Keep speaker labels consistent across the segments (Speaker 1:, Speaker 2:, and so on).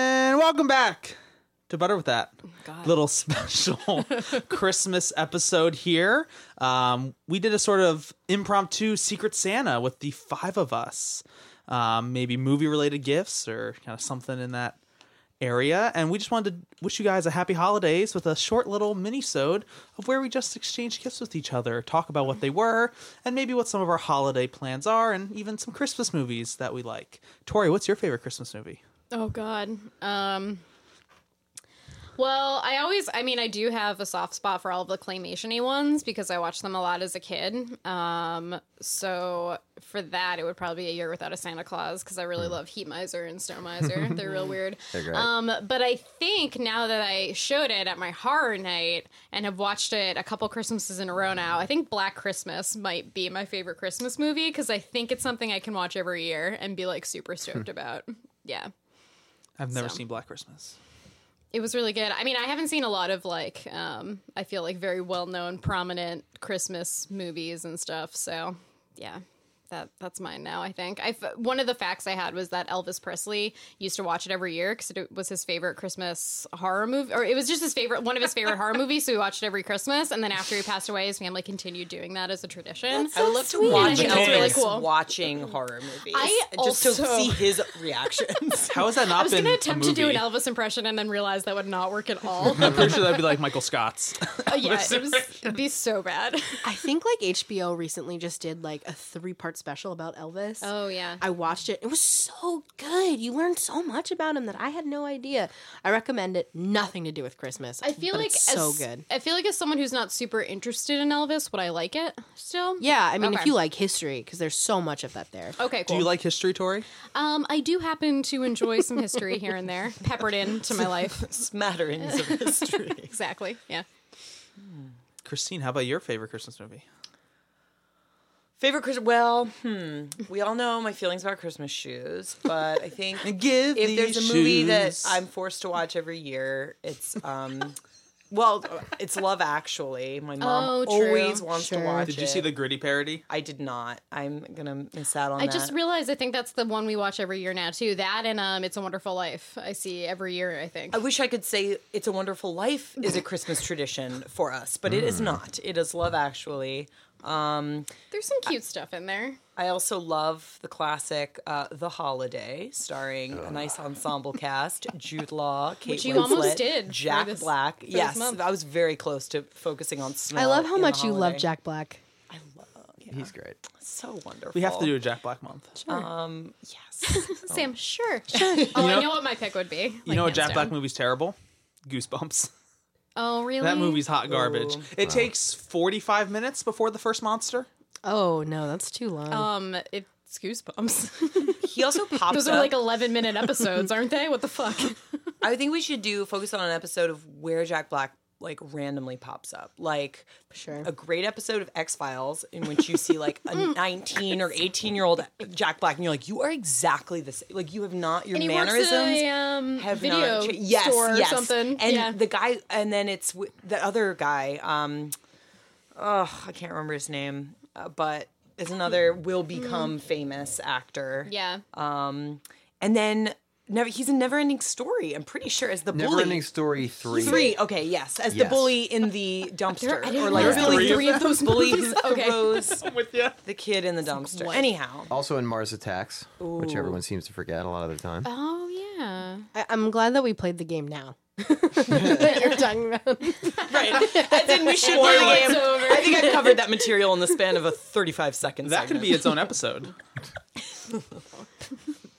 Speaker 1: Welcome back to Butter with That.
Speaker 2: God.
Speaker 1: Little special Christmas episode here. Um, we did a sort of impromptu Secret Santa with the five of us. Um, maybe movie related gifts or kind of something in that area. And we just wanted to wish you guys a happy holidays with a short little mini-sode of where we just exchange gifts with each other, talk about what they were, and maybe what some of our holiday plans are, and even some Christmas movies that we like. Tori, what's your favorite Christmas movie?
Speaker 2: Oh God. Um. Well, I always, I mean, I do have a soft spot for all of the claymationy ones because I watched them a lot as a kid. Um, so for that, it would probably be a year without a Santa Claus because I really love Heat Miser and Snow Miser. They're real weird.
Speaker 3: Hmm. They're great.
Speaker 2: Um, but I think now that I showed it at my horror night and have watched it a couple Christmases in a row now, I think Black Christmas might be my favorite Christmas movie because I think it's something I can watch every year and be like super stoked about. Yeah.
Speaker 1: I've never
Speaker 2: So.
Speaker 1: seen Black Christmas.
Speaker 2: It was really good. I mean, I haven't seen a lot of like, um, I feel like very well known, prominent Christmas movies and stuff. So, yeah, that that's mine now. I think I one of the facts I had was that Elvis Presley used to watch it every year because it was his favorite Christmas horror movie, or it was just his favorite one of his favorite horror movies. So he watched it every Christmas, and then after he passed away, his family continued doing that as a tradition.
Speaker 4: I would love
Speaker 2: sweet.
Speaker 4: to watch
Speaker 2: Yeah,
Speaker 4: Elvis
Speaker 2: that's really cool.
Speaker 4: watching horror movies.
Speaker 2: I
Speaker 4: just to
Speaker 2: also-
Speaker 4: see his reactions.
Speaker 1: How has that not
Speaker 2: I was
Speaker 1: been a
Speaker 2: going to attempt
Speaker 1: movie?
Speaker 2: to do an Elvis impression and then realize that would not work at all.
Speaker 1: I'm pretty sure that'd be like Michael Scott's.
Speaker 2: Uh, yeah, it was, it'd be so bad.
Speaker 5: I think like HBO recently just did like a three part special about Elvis.
Speaker 2: Oh, yeah.
Speaker 5: I watched it. It was so good. You learned so much about him that I had no idea. I recommend it. Nothing to do with Christmas.
Speaker 2: I feel
Speaker 5: but
Speaker 2: like
Speaker 5: it's so
Speaker 2: as,
Speaker 5: good.
Speaker 2: I feel like as someone who's not super interested in Elvis, would I like it still?
Speaker 5: Yeah, I mean,
Speaker 2: Okay. Oh,
Speaker 5: if you like history, because there's so much of that there.
Speaker 1: Do
Speaker 2: Okay, cool.
Speaker 1: you like history, Tori?
Speaker 2: um, I do happen to enjoy some history here and there, peppered into my life.
Speaker 4: Smatterings of history.
Speaker 2: Exactly. Yeah.
Speaker 1: Christine, how about your favorite Christmas movie?
Speaker 4: Favorite Christmas? Well, hmm. We all know my feelings about Christmas shoes, but I think
Speaker 1: Give
Speaker 4: if there's a movie that
Speaker 1: shoes.
Speaker 4: I'm forced to watch every year, it's um, well, it's Love Actually. My
Speaker 2: Oh,
Speaker 4: mom
Speaker 2: true.
Speaker 4: always wants
Speaker 5: Sure.
Speaker 4: to watch.
Speaker 1: Did you see
Speaker 4: it.
Speaker 1: the gritty parody?
Speaker 4: I did not. I'm gonna miss out on
Speaker 2: I
Speaker 4: that.
Speaker 2: just realized I think that's the one we watch every year now too. That and um, It's a Wonderful Life. I see every year. I think.
Speaker 4: I wish I could say It's a Wonderful Life is a Christmas tradition for us, but it
Speaker 1: Mm.
Speaker 4: is not. It is Love Actually. Um,
Speaker 2: There's some cute stuff in there.
Speaker 4: I also love the classic uh, The Holiday, starring a nice ensemble cast Jude Law, Kate
Speaker 2: Which you
Speaker 4: Winslet,
Speaker 2: almost did for
Speaker 4: Jack
Speaker 2: this-
Speaker 4: Black.
Speaker 2: this
Speaker 4: yes,
Speaker 2: month.
Speaker 4: I was very close to focusing on snow.
Speaker 5: I love how
Speaker 4: in
Speaker 5: much
Speaker 4: The
Speaker 5: you love
Speaker 4: Holiday.
Speaker 5: Jack Black.
Speaker 4: I love
Speaker 3: He's great.
Speaker 4: so wonderful.
Speaker 1: We have to do a Jack Black month.
Speaker 4: Um, yes.
Speaker 2: Sam, sure. sure. Oh,
Speaker 1: know-
Speaker 2: I know what my pick would be.
Speaker 1: You know a Jack Black movie's terrible? Goosebumps.
Speaker 2: Oh, really?
Speaker 1: That movie's hot garbage.
Speaker 4: Ooh.
Speaker 1: It takes 45 minutes before the first monster.
Speaker 5: Oh no, that's too long.
Speaker 2: Um, it's goosebumps.
Speaker 4: he also pops
Speaker 2: Those
Speaker 4: up.
Speaker 2: are like 11 minute episodes, aren't they? What the fuck?
Speaker 4: I think we should do focus on an episode of where Jack Black like randomly pops up, like
Speaker 5: Sure.
Speaker 4: a great episode of X Files in which you see like a nineteen or eighteen year old Jack Black, and you're like, you are exactly the same. Like you have not your
Speaker 2: And he works at
Speaker 4: mannerisms
Speaker 2: a, um,
Speaker 4: have
Speaker 2: video
Speaker 4: not cha- yes,
Speaker 2: store or
Speaker 4: yes.
Speaker 2: something.
Speaker 4: And
Speaker 2: Yeah.
Speaker 4: the guy, and then it's w- the other guy. Um, oh, I can't remember his name, uh, but is another will become famous actor.
Speaker 2: Mm-hmm. Yeah.
Speaker 4: Um, and then never he's in Never Ending Story. I'm pretty sure as the
Speaker 3: Never
Speaker 4: bully.
Speaker 3: ending story three.
Speaker 4: Three. Okay. Yes, as the
Speaker 3: Yes.
Speaker 4: bully in the dumpster,
Speaker 2: I didn't
Speaker 4: or like
Speaker 2: realize
Speaker 1: there were
Speaker 4: bully,
Speaker 2: three of those
Speaker 4: bully who
Speaker 2: movies. Okay.
Speaker 4: throws
Speaker 1: with you.
Speaker 4: the kid in the dumpster.
Speaker 2: what?
Speaker 4: Anyhow,
Speaker 3: Also in Mars Attacks, which everyone seems to forget a lot of the time.
Speaker 2: Oh yeah.
Speaker 5: I- I'm glad that we played the game now. that you're talking about.
Speaker 4: right? As in, we should play the game.
Speaker 2: over.
Speaker 4: I think I covered that material in the span of a 35 seconds.
Speaker 1: That could be its own episode.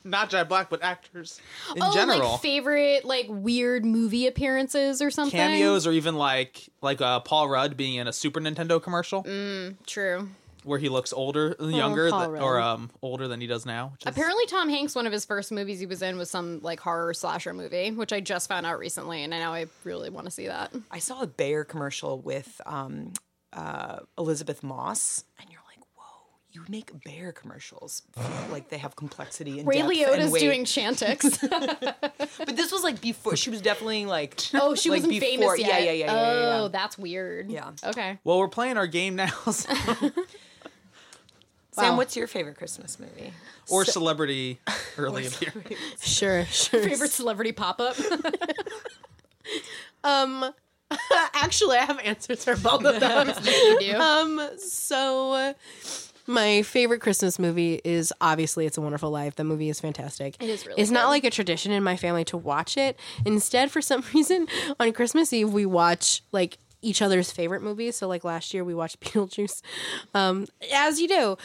Speaker 1: Not Jack Black, but actors in
Speaker 2: oh,
Speaker 1: general.
Speaker 2: like favorite like weird movie appearances or something.
Speaker 1: Cameos or even like like uh, Paul Rudd being in a Super Nintendo commercial
Speaker 2: True.
Speaker 1: where he looks older, uh, younger,
Speaker 5: Oh, Paul
Speaker 1: th- or
Speaker 5: Rudd.
Speaker 1: um older than he does now. which is-
Speaker 2: Apparently, Tom Hanks, one of his first movies he was in was some like horror slasher movie, which I just found out recently, and now I really want to see that.
Speaker 4: I saw a Bayer commercial with um, uh, Elizabeth Moss, and you're like, whoa, you make Bayer commercials. like they have complexity and
Speaker 2: Ray
Speaker 4: depth and
Speaker 2: Liotta's
Speaker 4: weight.
Speaker 2: doing Chantix.
Speaker 4: But this was like before. She was definitely like.
Speaker 2: oh, she
Speaker 4: like,
Speaker 2: wasn't
Speaker 4: before-
Speaker 2: famous
Speaker 4: Yeah,
Speaker 2: yet.
Speaker 4: yeah, yeah, yeah, yeah, yeah.
Speaker 2: Oh, that's weird.
Speaker 4: Yeah.
Speaker 2: Okay.
Speaker 1: Well, we're playing our game now. so-
Speaker 4: Sam,
Speaker 5: Wow.
Speaker 4: what's your favorite Christmas movie?
Speaker 1: or celebrity early in the year.
Speaker 5: Sure, sure.
Speaker 2: Favorite celebrity pop up?
Speaker 5: Um, actually, I have answers for both of those.
Speaker 2: you do.
Speaker 5: um, so uh, my favorite Christmas movie is obviously "It's a Wonderful Life." The movie is fantastic. It
Speaker 2: is really
Speaker 5: It's
Speaker 2: good.
Speaker 5: not like a tradition in my family to watch it. Instead, for some reason, on Christmas Eve we watch like each other's favorite movies. So like last year we watched Beetlejuice, um, as you do.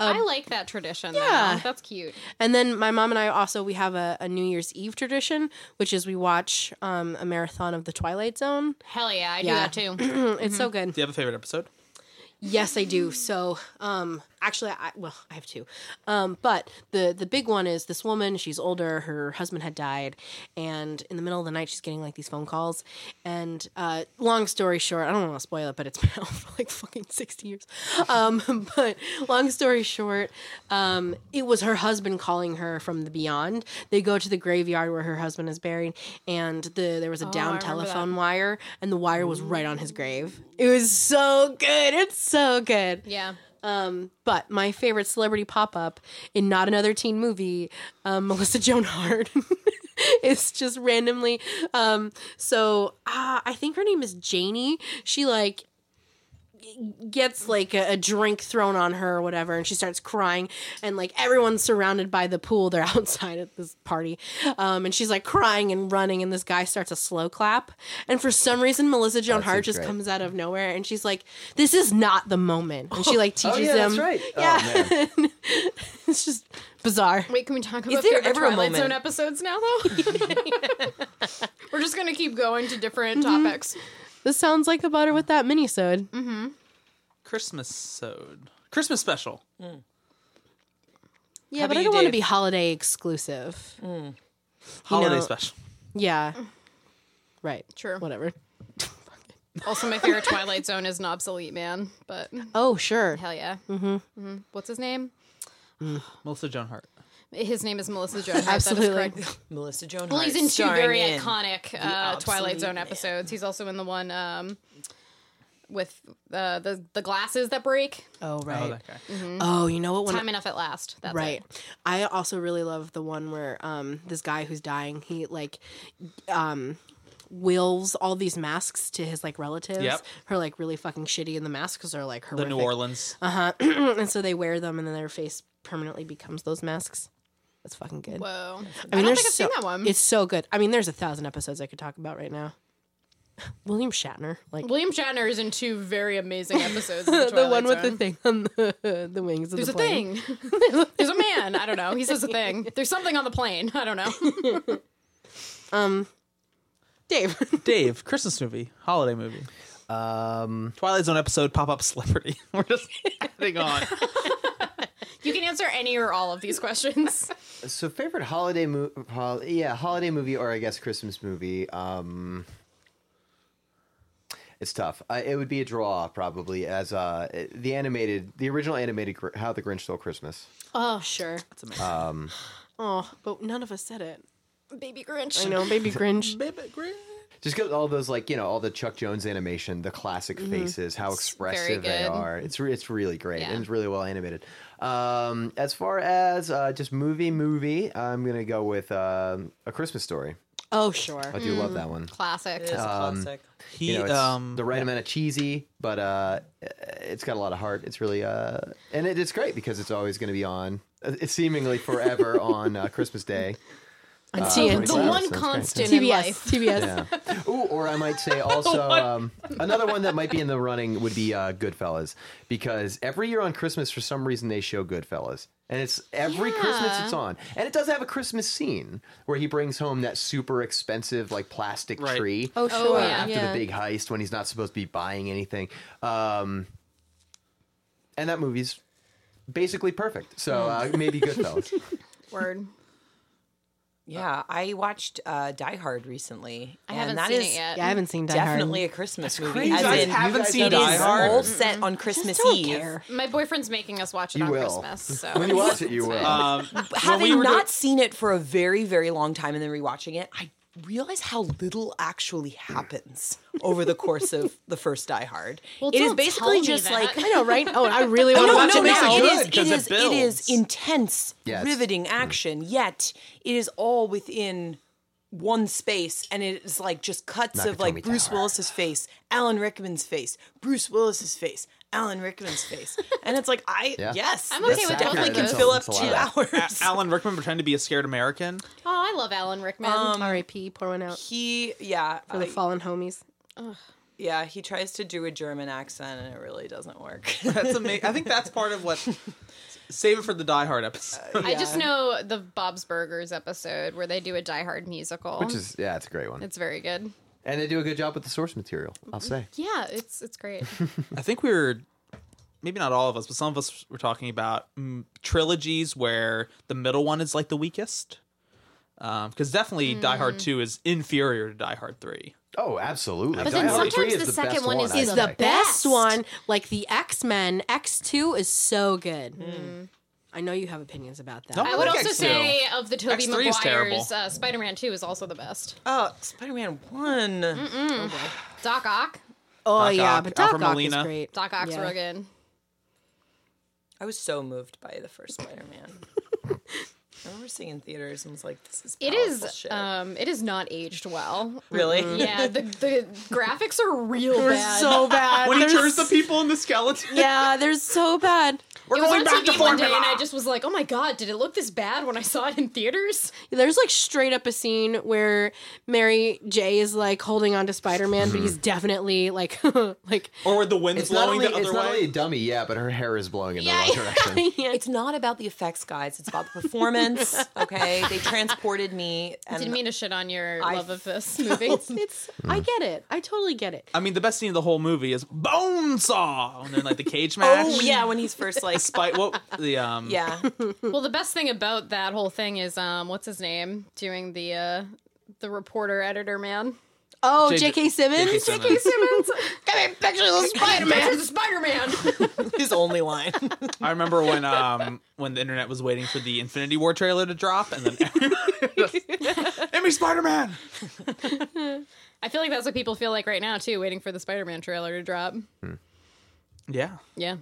Speaker 2: I like that tradition. Yeah,
Speaker 5: Yeah.
Speaker 2: that's cute.
Speaker 5: And then my mom and I also we have a, a New Year's Eve tradition, which is we watch um, a marathon of The Twilight Zone.
Speaker 2: Hell yeah, I
Speaker 5: Yeah.
Speaker 2: do that too.
Speaker 5: It's so good.
Speaker 1: Do you have a favorite episode?
Speaker 5: Yes, I do. So, um, actually, I well, I have two, um, but the the big one is this woman. She's older. Her husband had died, and in the middle of the night, she's getting like these phone calls. And uh, long story short, I don't want to spoil it, but it's been out for like fucking sixty years. Um, but long story short, um, it was her husband calling her from the beyond. They go to the graveyard where her husband is buried, and the there was a down
Speaker 2: Oh, remember that.
Speaker 5: telephone wire, and the wire was right on his grave. It was so good. It's so good.
Speaker 2: Yeah.
Speaker 5: Um, but my favorite celebrity pop up in not another teen movie, um, Melissa Joan Hart. it's just randomly. Um, so uh, I think her name is Janie. She like g- gets like a, a drink thrown on her or whatever and she starts crying and like everyone's surrounded by the pool they're outside at this party um, and she's like crying and running and this guy starts a slow clap and for some reason melissa joan hart
Speaker 3: seems
Speaker 5: just
Speaker 3: right.
Speaker 5: comes out of nowhere and she's like this is not the moment and she like teaches them
Speaker 3: Oh, man.
Speaker 5: it's just bizarre.
Speaker 2: Wait, can we talk about
Speaker 4: there
Speaker 2: favorite
Speaker 4: ever a
Speaker 2: Twilight Zone
Speaker 4: moment-
Speaker 2: episodes now, though? We're just gonna keep going to different topics.
Speaker 5: This sounds like a butter with that minisode.
Speaker 1: Christmas Christmas special.
Speaker 5: Yeah,
Speaker 4: How
Speaker 5: but
Speaker 4: about
Speaker 5: I
Speaker 4: you,
Speaker 5: don't want to
Speaker 4: Dave?
Speaker 5: be holiday exclusive.
Speaker 1: Holiday
Speaker 5: know-
Speaker 1: special.
Speaker 5: Mm. Yeah. Right.
Speaker 2: True.
Speaker 5: Whatever.
Speaker 2: Also, my favorite Twilight Zone is an obsolete man, but
Speaker 5: Oh, sure.
Speaker 2: hell yeah. Mm-hmm. What's his name?
Speaker 1: Melissa Joan Hart.
Speaker 2: His name is Melissa Joan. Hart, that is
Speaker 5: Absolutely.
Speaker 2: correct.
Speaker 4: Melissa Joan
Speaker 2: Well,
Speaker 4: Hart.
Speaker 2: he's in two
Speaker 4: starring
Speaker 2: very
Speaker 4: in-
Speaker 2: iconic uh, Twilight
Speaker 4: obsolete
Speaker 2: Zone
Speaker 4: man.
Speaker 2: episodes. He's also in the one um, with uh, the the glasses that break.
Speaker 5: Oh,
Speaker 1: Oh,
Speaker 5: right.
Speaker 1: that guy.
Speaker 5: Oh, you know what? When
Speaker 2: Time enough at last. That's
Speaker 5: right.
Speaker 2: It.
Speaker 5: I also really love the one where um this guy who's dying, he like um wills all these masks to his like relatives
Speaker 1: Yep.
Speaker 5: who are like really fucking shitty and the masks are like
Speaker 1: The
Speaker 5: horrific. Uh,
Speaker 1: New Orleans.
Speaker 5: and so they wear them and then their face permanently becomes those masks. That's fucking good.
Speaker 2: Whoa.
Speaker 5: I
Speaker 2: don't
Speaker 5: mean, there's
Speaker 2: think I've
Speaker 5: so,
Speaker 2: seen that one.
Speaker 5: It's so good. I mean, there's a thousand episodes I could talk about right now. William Shatner, like
Speaker 2: William Shatner is in two very amazing episodes. Of the,
Speaker 5: the
Speaker 2: Twilight
Speaker 5: one with the
Speaker 2: Zone.
Speaker 5: thing on the, the wings of
Speaker 2: There's
Speaker 5: the
Speaker 2: a
Speaker 5: plane.
Speaker 2: thing. There's a man. I don't know. He says a thing. There's something on the plane. I don't know.
Speaker 5: Dave,
Speaker 1: Dave, Christmas movie, holiday movie.
Speaker 3: um,
Speaker 1: Twilight Zone episode, pop up celebrity. We're just adding on.
Speaker 2: You can answer any or all of these questions.
Speaker 3: so favorite holiday movie? Hol- yeah, holiday movie or I guess Christmas movie. Um, it's tough. I, it would be a draw probably as uh, the animated, the original animated Gr- How the Grinch Stole Christmas.
Speaker 5: oh sure,
Speaker 1: That's amazing.
Speaker 3: Um,
Speaker 5: oh, but none of us said it.
Speaker 2: Baby Grinch.
Speaker 5: I know, baby Grinch.
Speaker 1: Baby Grinch.
Speaker 3: Just get all those like you know all the Chuck Jones animation, the classic faces, how expressive they
Speaker 2: Mm-hmm. good.
Speaker 3: are. It's re- it's really great
Speaker 2: Yeah.
Speaker 3: and it's really well animated. Um, as far as uh, just movie movie, I'm gonna go with um a Christmas Story.
Speaker 5: Oh sure,
Speaker 3: I do
Speaker 2: Mm.
Speaker 3: love that one.
Speaker 2: Classic.
Speaker 4: It is a classic.
Speaker 1: He
Speaker 3: You know, it's
Speaker 1: um
Speaker 3: the right amount of cheesy, but uh, it's got a lot of heart. It's really uh, and it, it's great because it's always gonna be on. uh, It's seemingly forever on uh, Christmas Day.
Speaker 5: and
Speaker 2: the
Speaker 3: That's
Speaker 5: TNT,
Speaker 3: right,
Speaker 2: one
Speaker 3: that's right.
Speaker 2: constant in
Speaker 5: TBS,
Speaker 2: life.
Speaker 5: TBS.
Speaker 3: Yeah. Ooh, or I might say also um, another one that might be in the running would be uh, Goodfellas because every year on Christmas for some reason they show Goodfellas and it's every Christmas it's on and it does have a Christmas scene where he brings home that super expensive like plastic
Speaker 1: Right.
Speaker 3: tree uh,
Speaker 5: Oh sure,
Speaker 2: yeah.
Speaker 3: after
Speaker 5: yeah.
Speaker 3: the big heist when he's not supposed to be buying anything. Um, and that movie's basically perfect. So uh,
Speaker 5: Hmm.
Speaker 3: maybe Goodfellas.
Speaker 2: Word.
Speaker 4: Yeah, I watched uh, Die Hard recently.
Speaker 2: I
Speaker 4: and
Speaker 2: haven't
Speaker 4: that
Speaker 2: seen
Speaker 4: is
Speaker 2: it yet.
Speaker 5: Yeah, I haven't seen Die Hard.
Speaker 4: Definitely a Christmas movie.
Speaker 1: You
Speaker 4: As
Speaker 1: guys
Speaker 4: in,
Speaker 1: haven't seen
Speaker 4: it
Speaker 1: Die
Speaker 4: is
Speaker 1: Hard?
Speaker 4: all set on Christmas
Speaker 5: Just don't
Speaker 4: Eve.
Speaker 5: care.
Speaker 2: My boyfriend's making us watch it
Speaker 3: You
Speaker 2: on
Speaker 3: will.
Speaker 2: Christmas. So
Speaker 3: when you watch it, you will. Uh,
Speaker 1: um when
Speaker 4: Having
Speaker 1: we were
Speaker 4: not
Speaker 1: doing-
Speaker 4: seen it for a very, very long time and then rewatching it, I realize how little actually happens over the course of the first Die Hard.
Speaker 2: Well,
Speaker 4: it is
Speaker 2: don't tell
Speaker 4: basically
Speaker 2: me
Speaker 4: just
Speaker 2: that.
Speaker 4: like
Speaker 5: I know, right? Oh, I really want to watch
Speaker 1: no,
Speaker 5: it now.
Speaker 1: no,
Speaker 4: it
Speaker 1: good,
Speaker 4: is, it
Speaker 1: 'cause it
Speaker 4: is, it
Speaker 1: builds.
Speaker 4: is intense,
Speaker 3: Yes. Mm.
Speaker 4: riveting action, yet it is all within one space and it is like just cuts of like
Speaker 3: Nakatomi
Speaker 4: Bruce
Speaker 3: Tower.
Speaker 4: Willis's face, Alan Rickman's face, Bruce Willis's face, Alan Rickman's face. And it's like I
Speaker 3: Yeah.
Speaker 4: yes,
Speaker 2: I'm
Speaker 4: this
Speaker 2: okay with both
Speaker 4: definitely
Speaker 2: of
Speaker 4: can
Speaker 2: those.
Speaker 4: fill up
Speaker 3: That's a
Speaker 4: two
Speaker 3: lot.
Speaker 4: hours.
Speaker 1: Alan Rickman pretend to be a scared American.
Speaker 2: Oh, I love Alan Rickman.
Speaker 5: um, R.I.P. Pour one out
Speaker 4: he yeah,
Speaker 5: for the
Speaker 4: I-
Speaker 5: fallen homies.
Speaker 4: yeah, he tries to do a German accent and it really doesn't work.
Speaker 1: That's amazing. I think that's part of what. Save it for the Die Hard episode.
Speaker 2: I just know the Bob's Burgers episode where they do a Die Hard musical.
Speaker 3: Which is yeah, it's a great one,
Speaker 2: it's very good.
Speaker 3: and they do a good job with the source material.
Speaker 5: Mm-hmm.
Speaker 3: I'll say.
Speaker 2: Yeah, it's it's great.
Speaker 1: I think we were, maybe not all of us, but some of us were talking about mm, trilogies where the middle one is like the weakest. Because definitely
Speaker 3: Hmm.
Speaker 1: Die Hard 2 is inferior to Die Hard 3.
Speaker 3: Oh, absolutely.
Speaker 2: But then
Speaker 3: Die Hard 3
Speaker 2: sometimes the second
Speaker 3: best
Speaker 2: one is-
Speaker 3: I
Speaker 5: Is
Speaker 2: the
Speaker 5: the
Speaker 3: think.
Speaker 5: best
Speaker 2: best.
Speaker 5: one. Like the X Men, X Two is so good. I know you have opinions about that.
Speaker 1: No.
Speaker 2: I would
Speaker 1: like
Speaker 2: also
Speaker 1: X2.
Speaker 2: say of the Toby
Speaker 1: X3 is
Speaker 2: Maguire's
Speaker 1: terrible.
Speaker 2: uh, Spider-Man 2 is also the best.
Speaker 4: oh, Spider-Man 1.
Speaker 2: Doc Ock,
Speaker 5: Oh
Speaker 1: Doc
Speaker 5: yeah,
Speaker 1: Ock,
Speaker 5: but Doc
Speaker 1: Alfred
Speaker 5: Ock is
Speaker 1: Molina.
Speaker 5: great.
Speaker 2: Doc Ock's
Speaker 5: Yeah.
Speaker 2: real good.
Speaker 4: I was so moved by the first Spider-Man. I remember seeing in theaters and was like, "This is
Speaker 2: It
Speaker 4: powerful
Speaker 2: is
Speaker 4: shit.
Speaker 2: um it is not aged well.
Speaker 4: really."
Speaker 2: Yeah, the, the graphics are real bad.
Speaker 5: So bad.
Speaker 1: When he
Speaker 5: They're
Speaker 1: turns the people in the skeleton.
Speaker 5: Yeah, they're so bad.
Speaker 1: We're
Speaker 2: it was on TV one day, and I just was like, "Oh my god, did it look this bad when I saw it in theaters?"
Speaker 5: There's like straight up a scene where Mary J is like holding on to Spider Man, but he's definitely like, like,
Speaker 1: Or where the wind's
Speaker 3: It's not
Speaker 1: blowing
Speaker 3: only,
Speaker 1: the
Speaker 3: it's
Speaker 1: other
Speaker 3: not only a
Speaker 1: way.
Speaker 3: dummy, yeah, but her hair is blowing in the
Speaker 5: Yeah,
Speaker 3: wrong direction.
Speaker 5: yeah.
Speaker 4: It's not about the effects, guys. It's about the performance. okay, they transported me, and
Speaker 2: Didn't mean to shit on your
Speaker 4: I
Speaker 2: love of this movie.
Speaker 5: it's. I
Speaker 1: Hmm.
Speaker 5: get it. I totally get it.
Speaker 1: I mean, the best scene of the whole movie is bone saw, and then like the cage match.
Speaker 4: oh yeah, when he's first like,
Speaker 1: Despite what the um
Speaker 4: yeah,
Speaker 2: well, the best thing about that whole thing is, um, what's his name doing the uh, the reporter editor man?
Speaker 5: Oh,
Speaker 1: J-
Speaker 5: J.K. Simmons.
Speaker 1: J.K. Simmons.
Speaker 2: Simmons, got me picture of the Spider Man. the Spider Man.
Speaker 4: his only line.
Speaker 1: I remember when um when the internet was waiting for the Infinity War trailer to drop, and then everybody- Emmy Spider Man.
Speaker 2: I feel like that's what people feel like right now too, waiting for the Spider Man trailer to drop.
Speaker 1: Yeah,
Speaker 2: Yeah,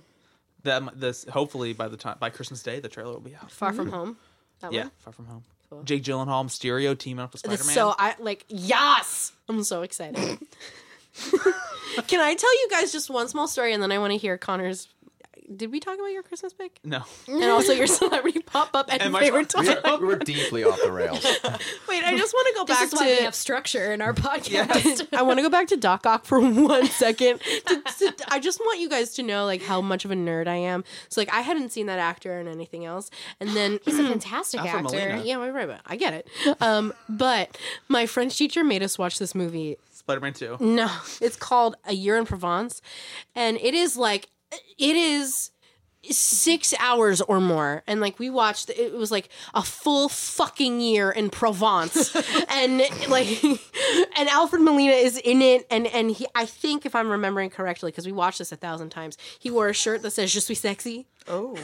Speaker 1: that this hopefully by the time by Christmas Day the trailer will be out.
Speaker 5: Far from home. That
Speaker 1: Yeah,
Speaker 5: one.
Speaker 1: Far From Home. Jake Gyllenhaal, Mysterio teaming up with Spider
Speaker 5: That's
Speaker 1: Man.
Speaker 5: so I like yes. I'm so excited. Can I tell you guys just one small story and then I want to hear Connor's did we talk about your Christmas pick?
Speaker 1: no,
Speaker 5: And also your celebrity pop up and,
Speaker 1: And my-
Speaker 5: favorite toy.
Speaker 3: We're, we're deeply off the rails.
Speaker 5: Wait, I just want to go
Speaker 2: this
Speaker 5: back
Speaker 2: is why
Speaker 5: to
Speaker 2: we have structure in our podcast.
Speaker 5: I want to go back to Doc Ock for one second. To- to- I just want you guys to know like how much of a nerd I am. So like I hadn't seen that actor in anything else, and then
Speaker 2: He's a fantastic
Speaker 1: Alfred
Speaker 2: actor.
Speaker 1: Molina.
Speaker 5: yeah, wait, right, but I get it. Um, but my French teacher made us watch this movie
Speaker 1: Spider Man Two.
Speaker 5: No, it's called A Year in Provence, and it is like it is six hours or more. And like we watched, it was like a full fucking year in Provence, and like, and Alfred Molina is in it, and and he, I think if I'm remembering correctly, because we watched this a thousand times, he wore a shirt that says "Je suis sexy."
Speaker 4: Oh,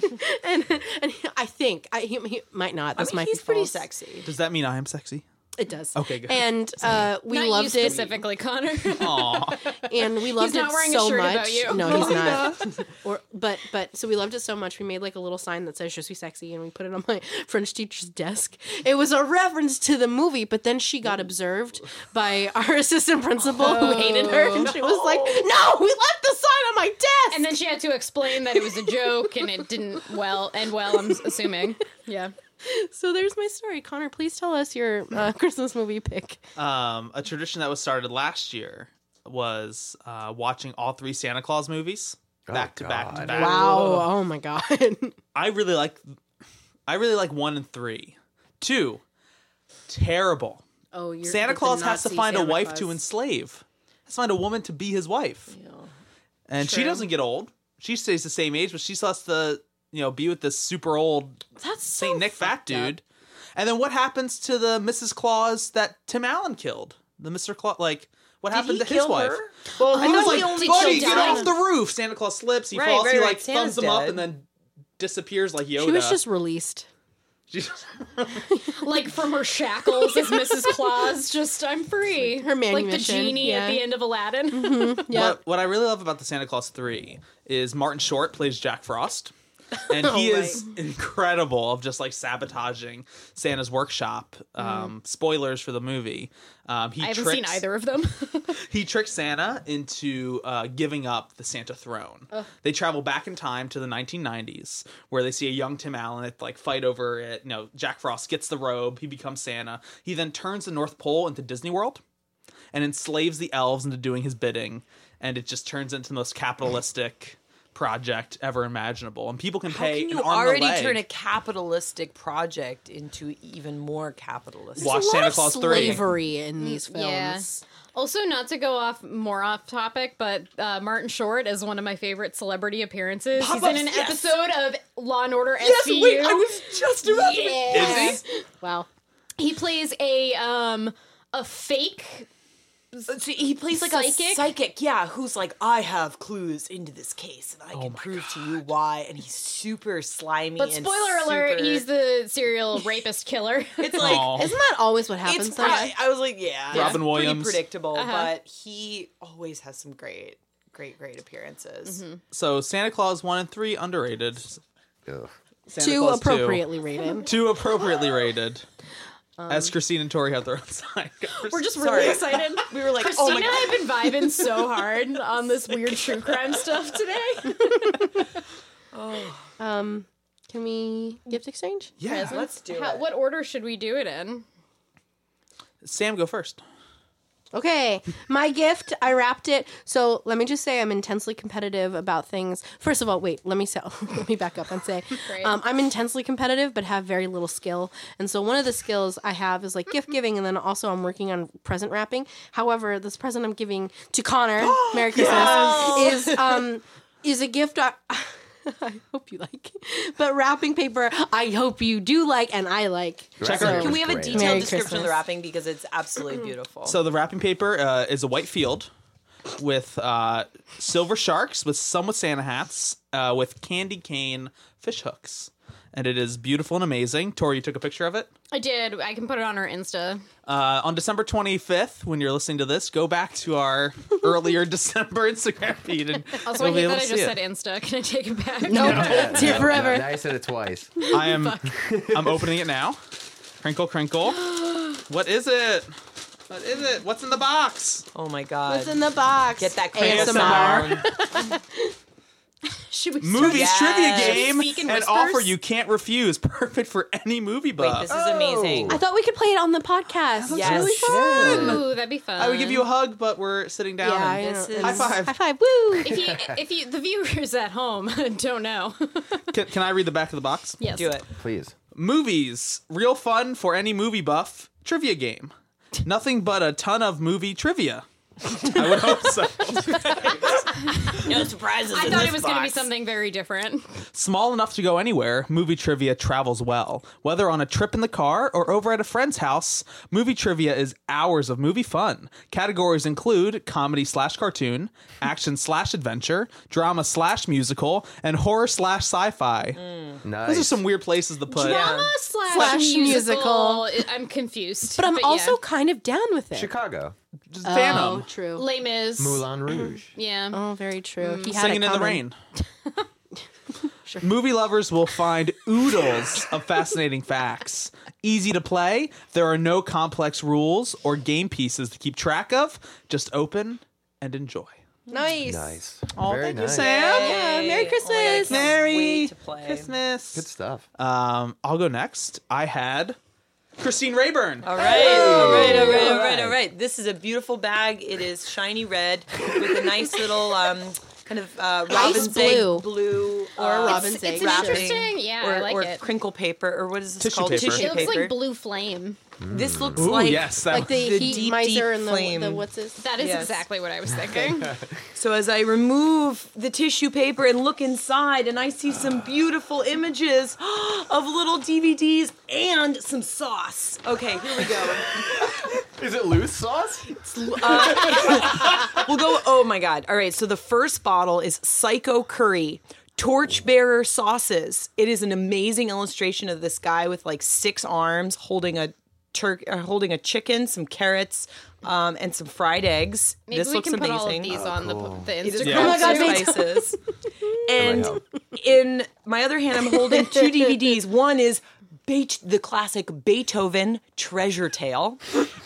Speaker 5: And, and he- I think I, he, he might not. This might
Speaker 4: he's
Speaker 5: be
Speaker 4: pretty
Speaker 5: false.
Speaker 4: sexy.
Speaker 1: Does that mean I am sexy?
Speaker 5: It does.
Speaker 1: Okay, good.
Speaker 5: And uh, we
Speaker 2: Not
Speaker 5: loved
Speaker 2: you
Speaker 5: it.
Speaker 2: specifically, Connor.
Speaker 1: Aw,
Speaker 5: and we loved
Speaker 2: not
Speaker 5: it
Speaker 2: wearing a
Speaker 5: so
Speaker 2: shirt
Speaker 5: much.
Speaker 2: about you.
Speaker 5: No, he's not. or but but so we loved it so much. We made like a little sign that says "Je suis sexy" and we put it on my French teacher's desk. It was a reference to the movie, but then she got observed by our assistant principal who hated her, and she was like, "No, we left the sign on my desk."
Speaker 2: Oh. And then she had to explain that it was a joke and it didn't well end well, I'm assuming. Yeah.
Speaker 5: so there's my story. Connor, please tell us your uh, Christmas movie pick.
Speaker 1: um, a tradition that was started last year was uh, watching all three Santa Claus movies back to back to
Speaker 3: God.
Speaker 1: back.
Speaker 5: Wow! Oh my god!
Speaker 1: I really like, I really like one and three. Two, terrible.
Speaker 5: oh, you're,
Speaker 1: Santa Claus has to find a wife to enslave. Has to find a woman to be his wife, and she
Speaker 2: True.
Speaker 1: doesn't get old. She stays the same age, but she still has to, you know, be with this super old
Speaker 5: That's so
Speaker 1: Saint Nick fat
Speaker 5: fucked up.
Speaker 1: dude. And then what happens to the Mrs. Claus that Tim Allen killed? The Mr. Claus, like what happened to
Speaker 4: he
Speaker 1: his
Speaker 4: kill
Speaker 1: wife?
Speaker 4: her?
Speaker 1: Well, he
Speaker 2: know
Speaker 1: was
Speaker 2: he
Speaker 1: like,
Speaker 2: only
Speaker 1: "Buddy,
Speaker 2: killed
Speaker 1: get
Speaker 2: Alan."
Speaker 1: off the roof!" Santa Claus slips. He
Speaker 4: Right,
Speaker 1: falls.
Speaker 4: right,
Speaker 1: he
Speaker 4: right.
Speaker 1: like thumbs
Speaker 4: Santa's
Speaker 1: him up
Speaker 4: dead.
Speaker 1: and then disappears like Yoda.
Speaker 5: She was just released.
Speaker 1: She's
Speaker 2: like from her shackles as Mrs. Claus. Just I'm free.
Speaker 5: Her
Speaker 2: like the
Speaker 5: manumission,
Speaker 2: genie
Speaker 5: yeah.
Speaker 2: at the end of Aladdin.
Speaker 4: Mm-hmm.
Speaker 5: Yep.
Speaker 1: What, what I really love about the Santa Claus 3 is Martin Short plays Jack Frost. And
Speaker 2: Oh,
Speaker 1: he is incredible of just like sabotaging Santa's workshop. Um, spoilers for the movie. Um, he
Speaker 2: Mm-hmm. I haven't
Speaker 1: tricks,
Speaker 2: seen either of them.
Speaker 1: He tricks Santa into uh, giving up the Santa throne. They travel back in time to the 1990s, where they see a young Tim Allen like fight over it. You know, Jack Frost gets the robe. He becomes Santa. He then turns the North Pole into Disney World and enslaves the elves into doing his bidding and it just turns into the most capitalistic project ever imaginable and people can pay
Speaker 4: Can you
Speaker 1: an arm and a
Speaker 4: already
Speaker 1: leg.
Speaker 4: turn a capitalistic project into even more capitalistic?
Speaker 1: Watch
Speaker 5: There's a lot
Speaker 1: Santa
Speaker 5: of
Speaker 1: Claus 3.
Speaker 5: slavery in these films.
Speaker 2: yeah. Also, not to go off more off topic, but uh, Martin Short is one of my favorite celebrity appearances. He's in an
Speaker 4: Pop-ups, yes.
Speaker 2: episode of Law and Order
Speaker 4: Yes,
Speaker 2: SVU.
Speaker 4: wait, I was just about to.
Speaker 2: Yeah.
Speaker 1: Is
Speaker 5: Wow.
Speaker 2: He plays a um a fake
Speaker 4: So he plays like a
Speaker 2: Psychic?
Speaker 4: psychic, yeah, who's like, I have clues into this case, and I
Speaker 1: Oh
Speaker 4: can prove to you why. And he's super slimy.
Speaker 2: but
Speaker 4: and
Speaker 2: spoiler alert,
Speaker 4: super-
Speaker 2: he's the serial rapist killer.
Speaker 4: It's like
Speaker 1: Aw.
Speaker 5: Isn't that always what happens?
Speaker 4: it's.
Speaker 5: though?
Speaker 4: Pri- I was like, yeah,
Speaker 1: Robin
Speaker 4: it's pretty
Speaker 1: Williams.
Speaker 4: predictable,
Speaker 2: Uh-huh.
Speaker 4: but he always has some great, great, great appearances.
Speaker 2: Mm-hmm.
Speaker 1: so Santa Claus 1 and 3 underrated.
Speaker 3: Ugh.
Speaker 1: Santa
Speaker 5: Too
Speaker 1: Claus
Speaker 5: appropriately rated.
Speaker 1: 2, too appropriately rated. As Christine and Tori have their own side.
Speaker 2: We're just
Speaker 4: Sorry.
Speaker 2: really excited.
Speaker 4: We were like,
Speaker 2: Christina
Speaker 4: oh my
Speaker 2: and
Speaker 4: god,
Speaker 2: I have been vibing so hard on this weird true crime stuff today.
Speaker 5: Um, can we gift exchange?
Speaker 1: yeah.
Speaker 4: let's do
Speaker 2: How-
Speaker 4: it.
Speaker 2: Uh, what order should we do it in?
Speaker 1: Sam, go first.
Speaker 5: Okay, my gift, I wrapped it. So let me just say I'm intensely competitive about things. First of all, wait, let me say, let me back up and say
Speaker 2: Great.
Speaker 5: um, I'm intensely competitive, but have very little skill. And so one of the skills I have is like gift giving, and then also I'm working on present wrapping. However, this present I'm giving to Connor, Merry Christmas, is um is a gift. I, I hope you like, but wrapping paper. I hope you do like, and I like.
Speaker 1: Check
Speaker 5: So-
Speaker 1: her.
Speaker 4: Can we have a
Speaker 3: Great.
Speaker 4: detailed
Speaker 5: Merry
Speaker 4: description of the
Speaker 5: Christmas.
Speaker 4: wrapping because it's
Speaker 2: Mm-hmm.
Speaker 4: absolutely beautiful.
Speaker 1: So the wrapping paper uh, is a white field with uh, silver sharks, with some with Santa hats, uh, with candy cane fish hooks. And it is beautiful and amazing. Tori, you took a picture of it?
Speaker 2: I did. I can put it on our Insta.
Speaker 1: Uh, on December 25th, when you're listening to this, go back to our earlier December Instagram feed and
Speaker 2: Also,
Speaker 1: you'll
Speaker 2: I
Speaker 1: be
Speaker 2: hate
Speaker 1: able
Speaker 2: that
Speaker 1: to
Speaker 2: I
Speaker 1: see
Speaker 2: just said
Speaker 1: it.
Speaker 2: Insta. Can I take it back?
Speaker 5: Nope.
Speaker 3: Yeah,
Speaker 5: Dear
Speaker 3: no,
Speaker 5: forever.
Speaker 3: no, I said it twice.
Speaker 1: I am, I'm opening it now. Crinkle, crinkle. What is it? What is it? What's in the box?
Speaker 4: oh my god,
Speaker 5: What's in the box?
Speaker 4: get that
Speaker 1: ASMR.
Speaker 4: Christmas down.
Speaker 2: Should we start
Speaker 1: Movies
Speaker 4: Yes.
Speaker 1: trivia game
Speaker 2: Speak in
Speaker 1: and
Speaker 2: whispers?
Speaker 1: offer you can't refuse. Perfect for any movie
Speaker 4: Wait,
Speaker 1: buff.
Speaker 4: this is amazing.
Speaker 1: Oh.
Speaker 5: I thought we could play it on the podcast.
Speaker 4: Yes. really
Speaker 1: fun.
Speaker 2: Ooh, that'd be fun.
Speaker 1: I would give you a hug, but we're sitting down.
Speaker 5: Yeah, I
Speaker 1: and-
Speaker 5: know.
Speaker 4: This
Speaker 5: It's-
Speaker 1: High five.
Speaker 5: High five. Woo.
Speaker 2: If you, if you, the viewers at home don't know.
Speaker 1: can, can I read the back of the box?
Speaker 2: yes.
Speaker 4: Do it.
Speaker 3: Please.
Speaker 1: Movies, real fun for any movie buff. Trivia game. Nothing but a ton of movie trivia. I would hope so.
Speaker 4: No surprises.
Speaker 2: I thought it was going to be something very different.
Speaker 1: Small enough to go anywhere, movie trivia travels well. Whether on a trip in the car or over at a friend's house, movie trivia is hours of movie fun. Categories include comedy slash cartoon, action slash adventure, drama slash musical, and horror slash sci-fi.
Speaker 3: Nice.
Speaker 1: Those are some weird places to put.
Speaker 2: Drama slash,
Speaker 5: Slash musical.
Speaker 2: musical. I'm confused.
Speaker 5: But I'm
Speaker 2: yeah.
Speaker 5: also kind of down with it.
Speaker 3: Chicago.
Speaker 1: Phantom.
Speaker 5: Oh, true.
Speaker 2: Les Mis.
Speaker 3: Moulin Rouge.
Speaker 2: Yeah.
Speaker 5: Oh, very true. He had it
Speaker 1: Singing in the
Speaker 5: coming.
Speaker 1: rain. Movie lovers will find oodles of fascinating facts. Easy to play. There are no complex rules or game pieces to keep track of. Just open and enjoy.
Speaker 5: Nice.
Speaker 3: Nice.
Speaker 1: Oh,
Speaker 3: Very
Speaker 1: thank you,
Speaker 3: nice.
Speaker 1: Sam.
Speaker 5: Yeah. Merry Christmas.
Speaker 1: Merry
Speaker 4: wait to play.
Speaker 1: Christmas.
Speaker 3: Good stuff.
Speaker 1: Um, I'll go next. I had Christine Rayburn.
Speaker 4: All right, all right, all right, all
Speaker 3: Alright.
Speaker 4: right, all right. This is a beautiful bag. It is shiny red with a nice little um, kind of uh, robin's egg
Speaker 5: blue.
Speaker 4: blue or
Speaker 5: robin's egg
Speaker 4: wrapping
Speaker 2: Interesting. Yeah,
Speaker 4: or,
Speaker 2: Uh, I like
Speaker 4: or
Speaker 2: it.
Speaker 4: crinkle paper or what is this
Speaker 1: Tissue
Speaker 4: called?
Speaker 1: paper.
Speaker 4: Tissue
Speaker 2: It looks
Speaker 4: paper.
Speaker 2: like blue flame.
Speaker 4: this looks
Speaker 1: Ooh,
Speaker 4: like
Speaker 1: yes. That
Speaker 5: Like the,
Speaker 4: The
Speaker 5: heat
Speaker 4: deep,
Speaker 5: miser
Speaker 4: deep
Speaker 5: and
Speaker 4: flame.
Speaker 5: the, the what's his?
Speaker 2: That is
Speaker 4: Yes.
Speaker 2: exactly what I was thinking.
Speaker 4: So as I remove the tissue paper and look inside, and I see some beautiful images of little DVDs and some sauce. Okay, here we go.
Speaker 3: Is it loose sauce?
Speaker 4: We'll go. Oh my god! All right. So the first bottle is Psycho Curry, torchbearer sauces. It is an amazing illustration of this guy with like six arms holding a turkey, holding a chicken, some carrots, um, and some fried eggs.
Speaker 2: Maybe
Speaker 4: this
Speaker 2: we
Speaker 4: looks
Speaker 2: can put
Speaker 4: amazing.
Speaker 2: all of these
Speaker 1: Oh,
Speaker 2: on the, the Instagram.
Speaker 4: Oh my
Speaker 5: my God,
Speaker 4: god,
Speaker 5: me too.
Speaker 4: spices. and in my other hand, I'm holding two DVDs. One is Beet- the classic Beethoven Treasure Tale,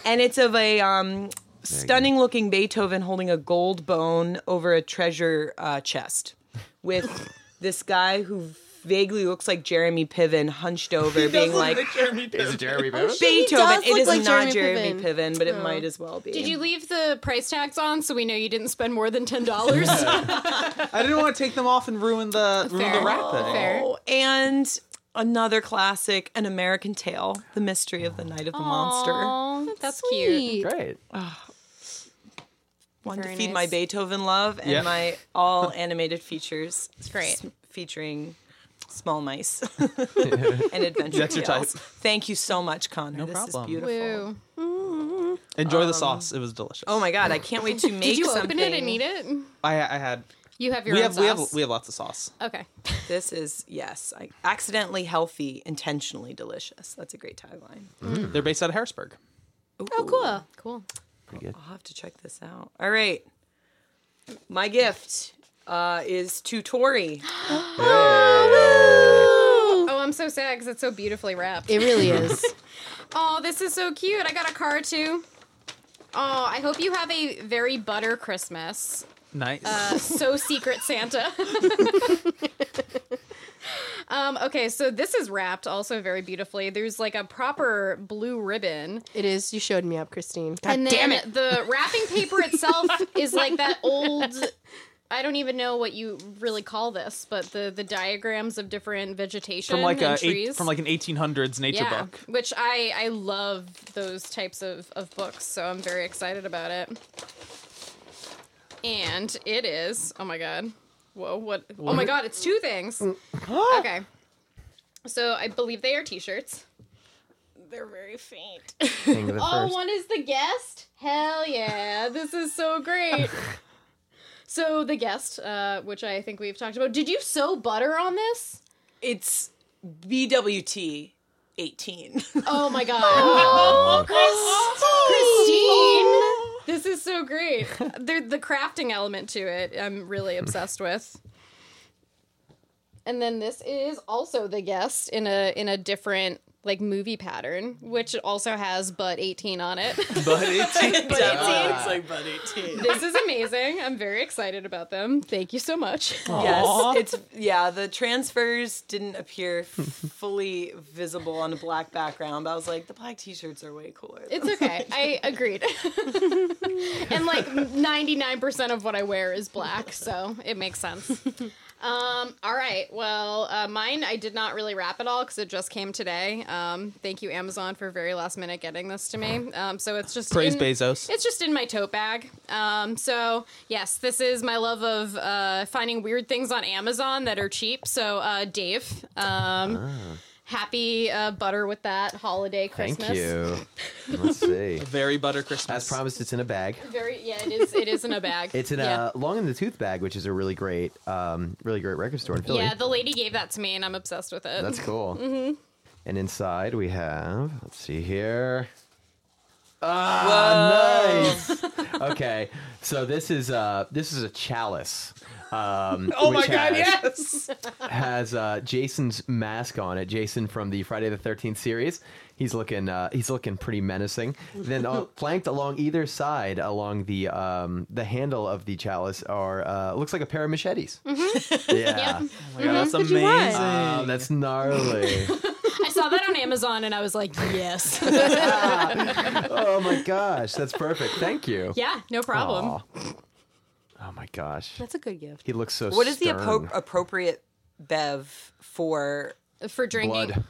Speaker 4: and it's of a um, stunning looking Beethoven holding a gold bone over a treasure uh, chest with this guy who vaguely looks like Jeremy Piven, hunched over, being like.
Speaker 1: Jeremy
Speaker 3: Is it Jeremy Piven?
Speaker 4: Beethoven.
Speaker 5: does
Speaker 4: It
Speaker 5: look
Speaker 4: is
Speaker 5: like
Speaker 4: not
Speaker 5: Jeremy
Speaker 4: Jeremy
Speaker 5: Piven.
Speaker 4: Piven, but it might as well be.
Speaker 2: Did you leave the price tags on so we know you didn't spend more than ten dollars?
Speaker 1: Mm-hmm. I didn't want to take them off and ruin the ruin the
Speaker 2: Fair.
Speaker 1: wrap thing.
Speaker 2: Fair.
Speaker 4: Oh, and another classic, An American Tale: The Mystery of the Night of the Monster.
Speaker 2: Aw, that's cute.
Speaker 5: Sweet.
Speaker 3: Great.
Speaker 4: One to
Speaker 2: Very
Speaker 4: feed
Speaker 2: nice.
Speaker 4: my Beethoven love and
Speaker 1: Yeah.
Speaker 4: my all animated features. It's
Speaker 2: great.
Speaker 4: featuring small mice and adventure
Speaker 1: That's your
Speaker 4: tales.
Speaker 1: type.
Speaker 4: Thank you so much, Connor. this
Speaker 1: problem.
Speaker 4: is beautiful.
Speaker 2: Woo.
Speaker 1: Enjoy the sauce. It was delicious.
Speaker 4: Oh my god, I can't wait to make
Speaker 2: Did you
Speaker 4: something.
Speaker 2: open it and eat it?
Speaker 1: I, I had
Speaker 2: You have your
Speaker 1: we
Speaker 2: own
Speaker 1: have
Speaker 2: sauce.
Speaker 1: we have we have lots of sauce.
Speaker 2: okay.
Speaker 4: This is yes, I, accidentally healthy, intentionally delicious. That's a great tagline.
Speaker 1: They're based out of Harrisburg.
Speaker 2: Oh, cool. Cool.
Speaker 4: I'll have to check this out. All right. My gift uh, is to Tori.
Speaker 2: Oh, I'm so sad because it's so beautifully wrapped.
Speaker 5: It really is.
Speaker 2: Oh, this is so cute. I got a car too. Oh, I hope you have a very butter Christmas.
Speaker 1: Nice.
Speaker 2: Uh, so secret Santa. um, okay, so this is wrapped also very beautifully. There's like a proper blue ribbon.
Speaker 5: it is. You showed me up, Christine.
Speaker 2: and then the wrapping paper itself is like that old I don't even know what you really call this, but the the diagrams of different vegetation
Speaker 1: from like
Speaker 2: and
Speaker 1: a
Speaker 2: trees
Speaker 1: eight, from like an 1800s nature book.
Speaker 2: which I I love those types of of books, so I'm very excited about it. And it is oh my god, whoa what? Oh my god, it's two things. okay, so I believe they are t-shirts. They're very faint.
Speaker 3: Hang with it
Speaker 2: Oh,
Speaker 3: first.
Speaker 2: one is the guest. Hell yeah, this is so great. So the guest, uh, which I think we've talked about, did you sew butter on this?
Speaker 4: It's BWT 18.
Speaker 2: Oh my god. Oh, Christine. This is so great. There, the crafting element to it, I'm really obsessed with. And then this is also the guest in a in a different like movie pattern, which also has but 18 on it.
Speaker 1: But it's
Speaker 4: but 18. It's like, but 18.
Speaker 2: this is amazing. I'm very excited about them. Thank you so much.
Speaker 1: Aw.
Speaker 4: Yes, it's yeah. The transfers didn't appear fully visible on a black background. I was like, the black T-shirts are way cooler. than-
Speaker 2: It's okay. I agreed. and like 99% of what I wear is black, so it makes sense. Um, all right. Well, uh, mine I did not really wrap at all because it just came today. Um, thank you, Amazon, for very last minute getting this to me. Um, so it's just
Speaker 1: praise
Speaker 2: in-
Speaker 1: Bezos.
Speaker 2: It's just in my tote bag. Um, so yes, this is my love of uh, finding weird things on Amazon that are cheap. So uh, Dave, um, happy uh, butter with that holiday
Speaker 3: Thank
Speaker 2: Christmas.
Speaker 3: you. Let's see.
Speaker 1: Very butter Christmas.
Speaker 3: As promised, it's in a bag.
Speaker 2: Very yeah, it is. It is in a bag.
Speaker 3: It's in
Speaker 2: yeah.
Speaker 3: a long in the tooth bag, which is a really great, um, really great record store in Philly.
Speaker 2: Yeah, the lady gave that to me, and I'm obsessed with it.
Speaker 3: That's cool. Mm-hmm. And inside we have, let's see here. Ah, nice. okay, so this is uh, this is a chalice. Um,
Speaker 1: oh my
Speaker 3: which
Speaker 1: god, yes.
Speaker 3: has- has uh, Jason's mask on it. Jason from the Friday the Thirteenth series. He's looking uh, he's looking pretty menacing. Then uh, flanked along either side, along the um, the handle of the chalice, are uh, looks like a pair of machetes. Yeah,
Speaker 1: Oh my god, that's
Speaker 5: you want?
Speaker 1: amazing.
Speaker 3: Oh, that's gnarly.
Speaker 2: I saw that on Amazon, and I was like, yes,
Speaker 3: oh my gosh, that's perfect. Thank you.
Speaker 2: yeah, no problem.
Speaker 3: Aw. Oh my gosh,
Speaker 5: That's a good gift.
Speaker 3: he looks so.
Speaker 4: What is the
Speaker 3: stern.
Speaker 4: appro- appropriate bev for
Speaker 2: For drinking,
Speaker 3: blood?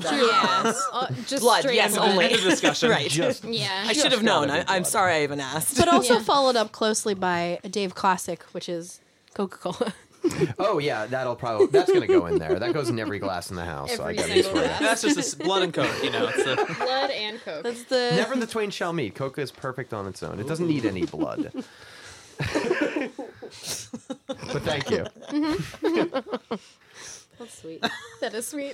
Speaker 2: yeah, uh, just
Speaker 4: blood?
Speaker 2: straight
Speaker 4: Yes,
Speaker 2: blood.
Speaker 4: only.
Speaker 1: Discussion.
Speaker 4: right.
Speaker 3: Just
Speaker 2: Yeah,
Speaker 4: I should have
Speaker 3: gotta
Speaker 4: known.
Speaker 3: be
Speaker 4: I, I'm
Speaker 3: blood.
Speaker 4: sorry I even asked.
Speaker 5: But also
Speaker 2: Yeah.
Speaker 5: followed up closely by a Dave classic, which is Coca Cola.
Speaker 3: oh yeah, that'll probably that's gonna go in there. That goes in every glass in the house. so I
Speaker 2: Every
Speaker 3: gotta
Speaker 2: single
Speaker 3: swear.
Speaker 2: glass.
Speaker 1: That's just this blood and coke, you know. It's a,
Speaker 2: blood and coke.
Speaker 5: That's the
Speaker 3: Never the twain shall meet. Coca is perfect on its own. It doesn't need any blood. but thank you.
Speaker 2: That's sweet. that is sweet.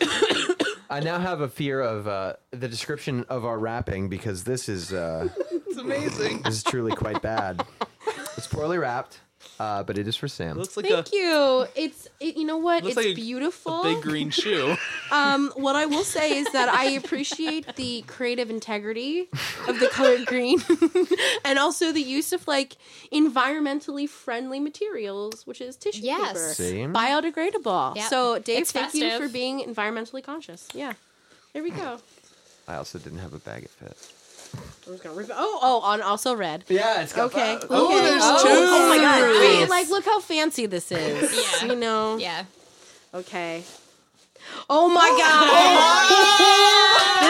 Speaker 3: I now have a fear of uh, the description of our wrapping because this is uh,
Speaker 1: It's amazing.
Speaker 3: this is truly quite bad. It's poorly wrapped, uh, but it is for Sam.
Speaker 1: looks like
Speaker 5: Thank
Speaker 1: a,
Speaker 5: you. It's it, you know what?
Speaker 1: Looks like
Speaker 5: It's
Speaker 1: a- a
Speaker 5: beautiful.
Speaker 1: a big green shoe.
Speaker 5: Um, what I will say is that I appreciate the creative integrity of the color green, and also the use of like environmentally friendly materials, which is tissue
Speaker 2: Yes.
Speaker 5: paper,
Speaker 3: See?
Speaker 5: biodegradable.
Speaker 2: Yep.
Speaker 5: So, Dave,
Speaker 2: It's
Speaker 5: thank you
Speaker 2: festive.
Speaker 5: for being environmentally conscious. Yeah, there we go.
Speaker 3: I also didn't have a bag of fit.
Speaker 5: I'm just gonna rip. Oh, oh, on also red.
Speaker 3: Yeah, it's got
Speaker 5: Okay.
Speaker 3: fi-
Speaker 5: okay.
Speaker 1: there's
Speaker 5: oh,
Speaker 1: two
Speaker 5: Oh my god! I mean,
Speaker 4: Nice.
Speaker 5: like, look how fancy this is.
Speaker 2: Yeah.
Speaker 5: You know.
Speaker 2: Yeah.
Speaker 5: Okay. Oh my Oh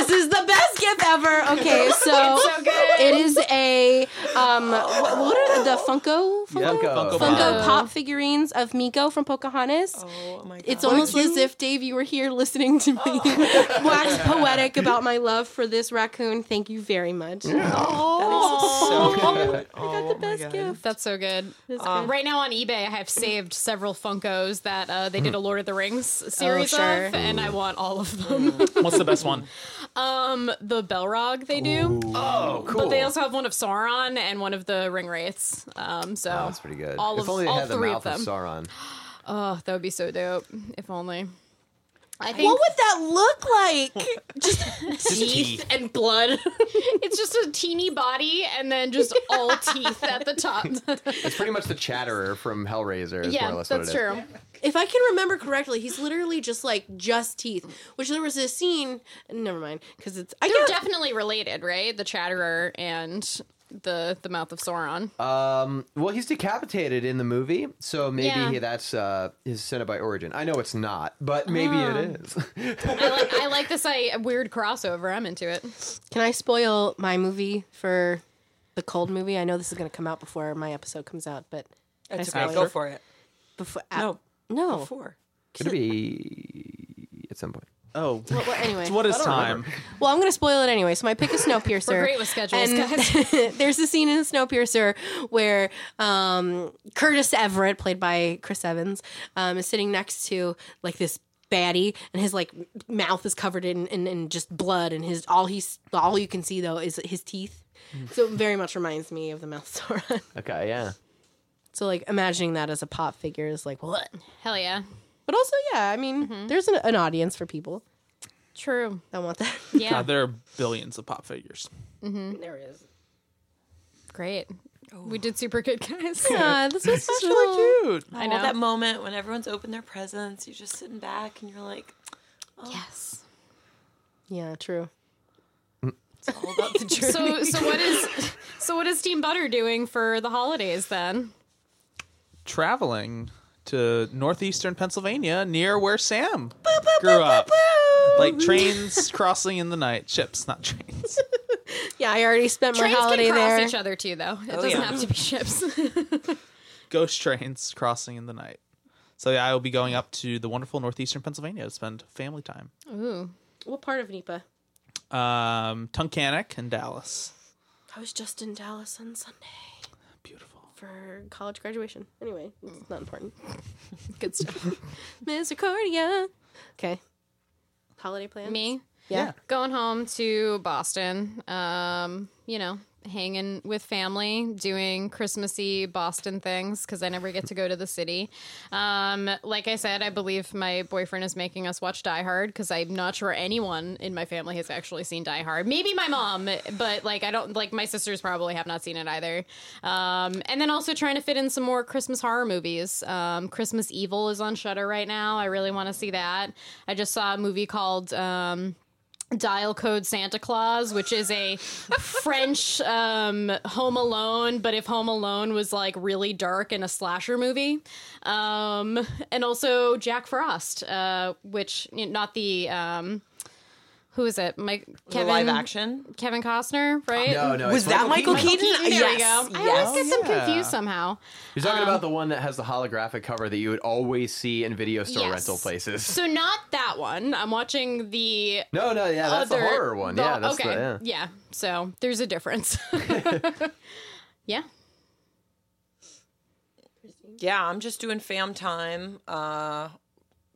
Speaker 5: god! this is the best gift ever. Okay, so, it is a um, wh- what, are the Funko Funko,
Speaker 3: Funko.
Speaker 1: Funko
Speaker 5: Funko
Speaker 1: Pop.
Speaker 5: Pop figurines of Miko from Pocahontas?
Speaker 4: Oh my god.
Speaker 5: It's almost as if Dave, you were here listening to me wax poetic about my love for this raccoon. Thank you very much.
Speaker 3: so good.
Speaker 5: I got the best gift.
Speaker 2: That's so good. Um, right now on eBay, I have saved several Funkos that uh, they did
Speaker 3: Hmm.
Speaker 2: a Lord of the Rings series
Speaker 5: sure.
Speaker 2: of, and I want all of them.
Speaker 1: What's the best one?
Speaker 2: um, the Belrog they do,
Speaker 1: Oh, cool.
Speaker 2: but they also have one of Sauron and one of the Ring Wraiths. Um, so
Speaker 3: Oh, That's pretty good.
Speaker 2: All
Speaker 3: if
Speaker 2: of
Speaker 3: only it
Speaker 2: all
Speaker 3: had the
Speaker 2: three
Speaker 3: mouth
Speaker 2: of them.
Speaker 3: Sauron.
Speaker 2: oh, that would be so dope. If only. I think
Speaker 5: What would that look like?
Speaker 1: teeth.
Speaker 2: and blood. it's just a teeny body and then just all teeth at the top.
Speaker 3: It's pretty much the Chatterer from Hellraiser. Is more or
Speaker 2: yeah,
Speaker 3: less
Speaker 2: that's
Speaker 3: what it is.
Speaker 2: true.
Speaker 5: if I can remember correctly, he's literally just like just teeth. Which there was a scene. Never mind, because it's I
Speaker 2: They're
Speaker 5: can't.
Speaker 2: definitely related, right? The Chatterer and the the Mouth of Sauron.
Speaker 3: Um, well, he's decapitated in the movie, so maybe
Speaker 2: Yeah.
Speaker 3: he- that's uh, his Cenobite origin. I know it's not, but maybe
Speaker 2: Ah.
Speaker 3: it is.
Speaker 2: I like I like this I, weird crossover. I'm into it.
Speaker 5: Can I spoil my movie for the cold movie? I know this is going to come out before my episode comes out, but
Speaker 4: That's
Speaker 5: I
Speaker 4: okay.
Speaker 5: spoil
Speaker 4: Go
Speaker 5: it?
Speaker 4: for it.
Speaker 5: before
Speaker 4: No,
Speaker 5: no.
Speaker 4: before.
Speaker 3: Could it be at some point?
Speaker 1: Oh,
Speaker 5: Well, anyway,
Speaker 1: what is time?
Speaker 5: well, I'm going to spoil it anyway. So my pick is Snowpiercer.
Speaker 2: We're great with schedules, guys.
Speaker 5: there's a scene in Snowpiercer where um, Curtis Everett, played by Chris Evans, um, is sitting next to like this baddie, and his like m- mouth is covered in, in, in just blood, and his all he's all you can see though is his teeth. So it very much reminds me of the mouth Sauron.
Speaker 3: Okay, yeah.
Speaker 5: so like imagining that as a pop figure is like what?
Speaker 2: Hell yeah.
Speaker 5: But also yeah, I mean there's an, an audience for people
Speaker 2: True.
Speaker 5: that want that.
Speaker 2: Yeah.
Speaker 1: God, there are billions of pop figures.
Speaker 5: there is.
Speaker 2: Great. We did super good, guys.
Speaker 5: Yeah, this was
Speaker 1: It's
Speaker 5: special.
Speaker 1: really cute.
Speaker 2: I
Speaker 4: I
Speaker 2: know.
Speaker 4: know that moment when everyone's opened their presents, you're just sitting back and you're like,
Speaker 2: yes.
Speaker 5: Yeah, true.
Speaker 4: it's all about the journey.
Speaker 2: So so what is so what is Team Butter doing for the holidays then?
Speaker 1: traveling to northeastern Pennsylvania near where Sam grew up. Like trains crossing in the night, ships, not trains.
Speaker 5: Yeah, I already spent my
Speaker 2: Trains
Speaker 5: holiday
Speaker 2: can cross
Speaker 5: there.
Speaker 2: each other too, though. It doesn't
Speaker 4: yeah.
Speaker 2: have to be ships.
Speaker 1: Ghost trains crossing in the night. So yeah, I will be going up to the wonderful northeastern Pennsylvania to spend family time.
Speaker 2: Ooh.
Speaker 5: What part of Napa?
Speaker 1: Um, Tunkhannock and Dallas.
Speaker 5: I was just in Dallas on Sunday
Speaker 1: Beautiful.
Speaker 5: for college graduation. Anyway, it's not important.
Speaker 2: Good stuff.
Speaker 5: Miss Accordia. Okay. Holiday plan?
Speaker 2: Me
Speaker 5: Yeah.
Speaker 2: going home to Boston. Um, you know, hanging with family, doing Christmassy Boston things because I never get to go to the city. Um, like I said, I believe my boyfriend is making us watch Die Hard because I'm not sure anyone in my family has actually seen Die Hard. Maybe my mom, but like I don't like my sisters probably have not seen it either. Um, and then also trying to fit in some more Christmas horror movies. Um, Christmas Evil is on Shutter right now. I really want to see that. I just saw a movie called. Um, dial code Santa Claus, which is a French um, Home Alone, but if Home Alone was like really dark in a slasher movie, um, and also Jack Frost, uh, which you know, not the um, who is it? Mike
Speaker 4: The
Speaker 2: Kevin
Speaker 4: live action.
Speaker 2: Kevin Costner, right?
Speaker 3: No, no.
Speaker 4: Was
Speaker 3: it's
Speaker 4: that Michael
Speaker 2: Michael
Speaker 4: Keaton?
Speaker 2: Keaton. There
Speaker 4: yes.
Speaker 2: we go. I always
Speaker 4: yes.
Speaker 2: get them
Speaker 1: Yeah.
Speaker 2: confused somehow.
Speaker 3: You're talking
Speaker 2: um,
Speaker 3: about the one that has the holographic cover that you would always see in video store
Speaker 2: Yes.
Speaker 3: rental places.
Speaker 2: So not that one. I'm watching the
Speaker 3: no, no, yeah, that's
Speaker 2: other
Speaker 3: the horror one.
Speaker 2: the-
Speaker 3: yeah, that's
Speaker 2: okay.
Speaker 3: the yeah.
Speaker 2: So there's a difference. yeah.
Speaker 4: yeah, I'm just doing fam time. Uh,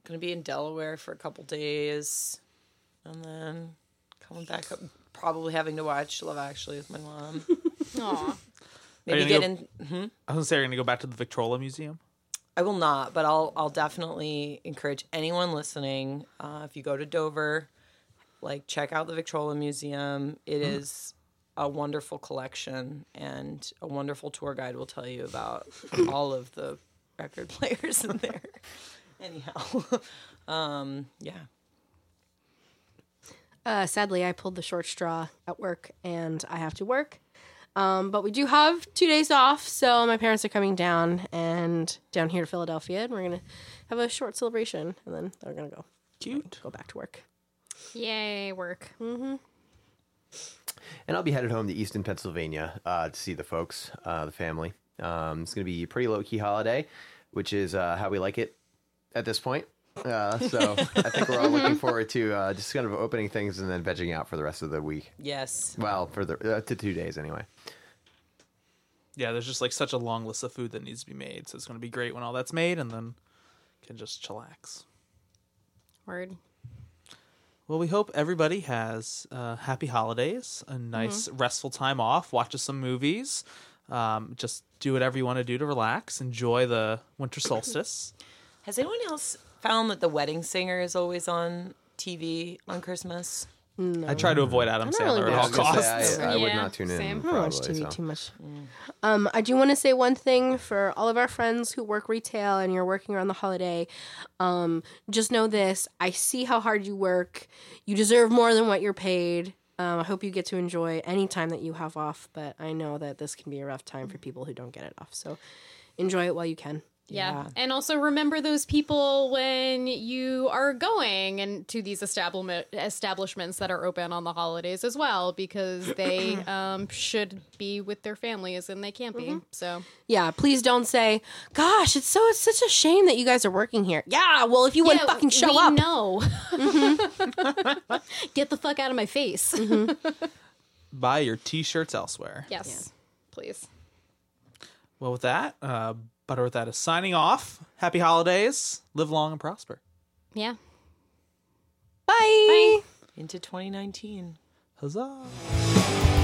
Speaker 4: gonna be in Delaware for a couple days, and then coming back up. Probably having to watch Love Actually with my mom.
Speaker 2: Aw.
Speaker 4: Maybe
Speaker 1: you
Speaker 4: get
Speaker 1: gonna
Speaker 4: in.
Speaker 1: I was gonna say you're gonna go back to the Victrola Museum.
Speaker 4: I will not, but I'll I'll definitely encourage anyone listening. Uh, if you go to Dover, like check out the Victrola Museum. It is a wonderful collection, and a wonderful tour guide will tell you about all of the record players in there. Anyhow, um, yeah,
Speaker 5: Uh, sadly, I pulled the short straw at work and I have to work. Um, but we do have two days off, so my parents are coming down and down here to Philadelphia, and we're gonna have a short celebration, and then they're gonna go
Speaker 1: Cute.
Speaker 5: go back to work.
Speaker 2: Yay, work.
Speaker 3: And I'll be headed home to Easton, Pennsylvania uh, to see the folks, uh, the family. Um, it's going to be a pretty low key holiday, which is uh, how we like it at this point. Uh, so I think we're all
Speaker 2: Mm-hmm.
Speaker 3: looking forward to uh, just kind of opening things and then vegging out for the rest of the week.
Speaker 4: yes,
Speaker 3: Well, for the uh, to two days anyway.
Speaker 1: Yeah, there's just like such a long list of food that needs to be made, so it's gonna be great when all that's made, and then can just chillax.
Speaker 2: Word.
Speaker 1: Well, we hope everybody has uh, happy holidays, a
Speaker 5: Mm-hmm.
Speaker 1: nice restful time off, watches some movies, um, just do whatever you want to do to relax, enjoy the winter solstice.
Speaker 4: Has anyone else found that the wedding singer is always on TV on Christmas?
Speaker 1: I try to avoid Adam
Speaker 5: not really
Speaker 1: Sandler at
Speaker 5: bad.
Speaker 1: all
Speaker 5: I uh, was
Speaker 3: I was gonna
Speaker 1: costs.
Speaker 3: say, I, I would
Speaker 2: Yeah,
Speaker 3: not tune in.
Speaker 2: same. I
Speaker 5: I don't watch
Speaker 3: probably,
Speaker 5: TV
Speaker 3: so.
Speaker 5: too much. Um, I do want to say one thing for all of our friends who work retail and you're working around the holiday. Um, just know this: I see how hard you work. You deserve more than what you're paid. Um, I hope you get to enjoy any time that you have off, but I know that this can be a rough time for people who don't get it off. So enjoy it while you can.
Speaker 2: Yeah. And also remember those people when you are going and to these establishment establishments that are open on the holidays as well because they um, should be with their families and they can't be.
Speaker 5: Mm-hmm.
Speaker 2: So
Speaker 5: Yeah, please don't say, "Gosh, it's so it's such a shame that you guys are working here." Yeah, well, if you wouldn't
Speaker 2: Yeah,
Speaker 5: fucking show
Speaker 2: we
Speaker 5: up, Mm-hmm.
Speaker 2: know. Get the fuck out of my face.
Speaker 1: Buy your t-shirts elsewhere.
Speaker 2: Yes. Please.
Speaker 1: Well, with that, uh, Butter with that is signing off. Happy holidays. Live long and prosper.
Speaker 2: Yeah.
Speaker 5: bye.
Speaker 4: Into 2019.
Speaker 1: Huzzah.
Speaker 5: Bye.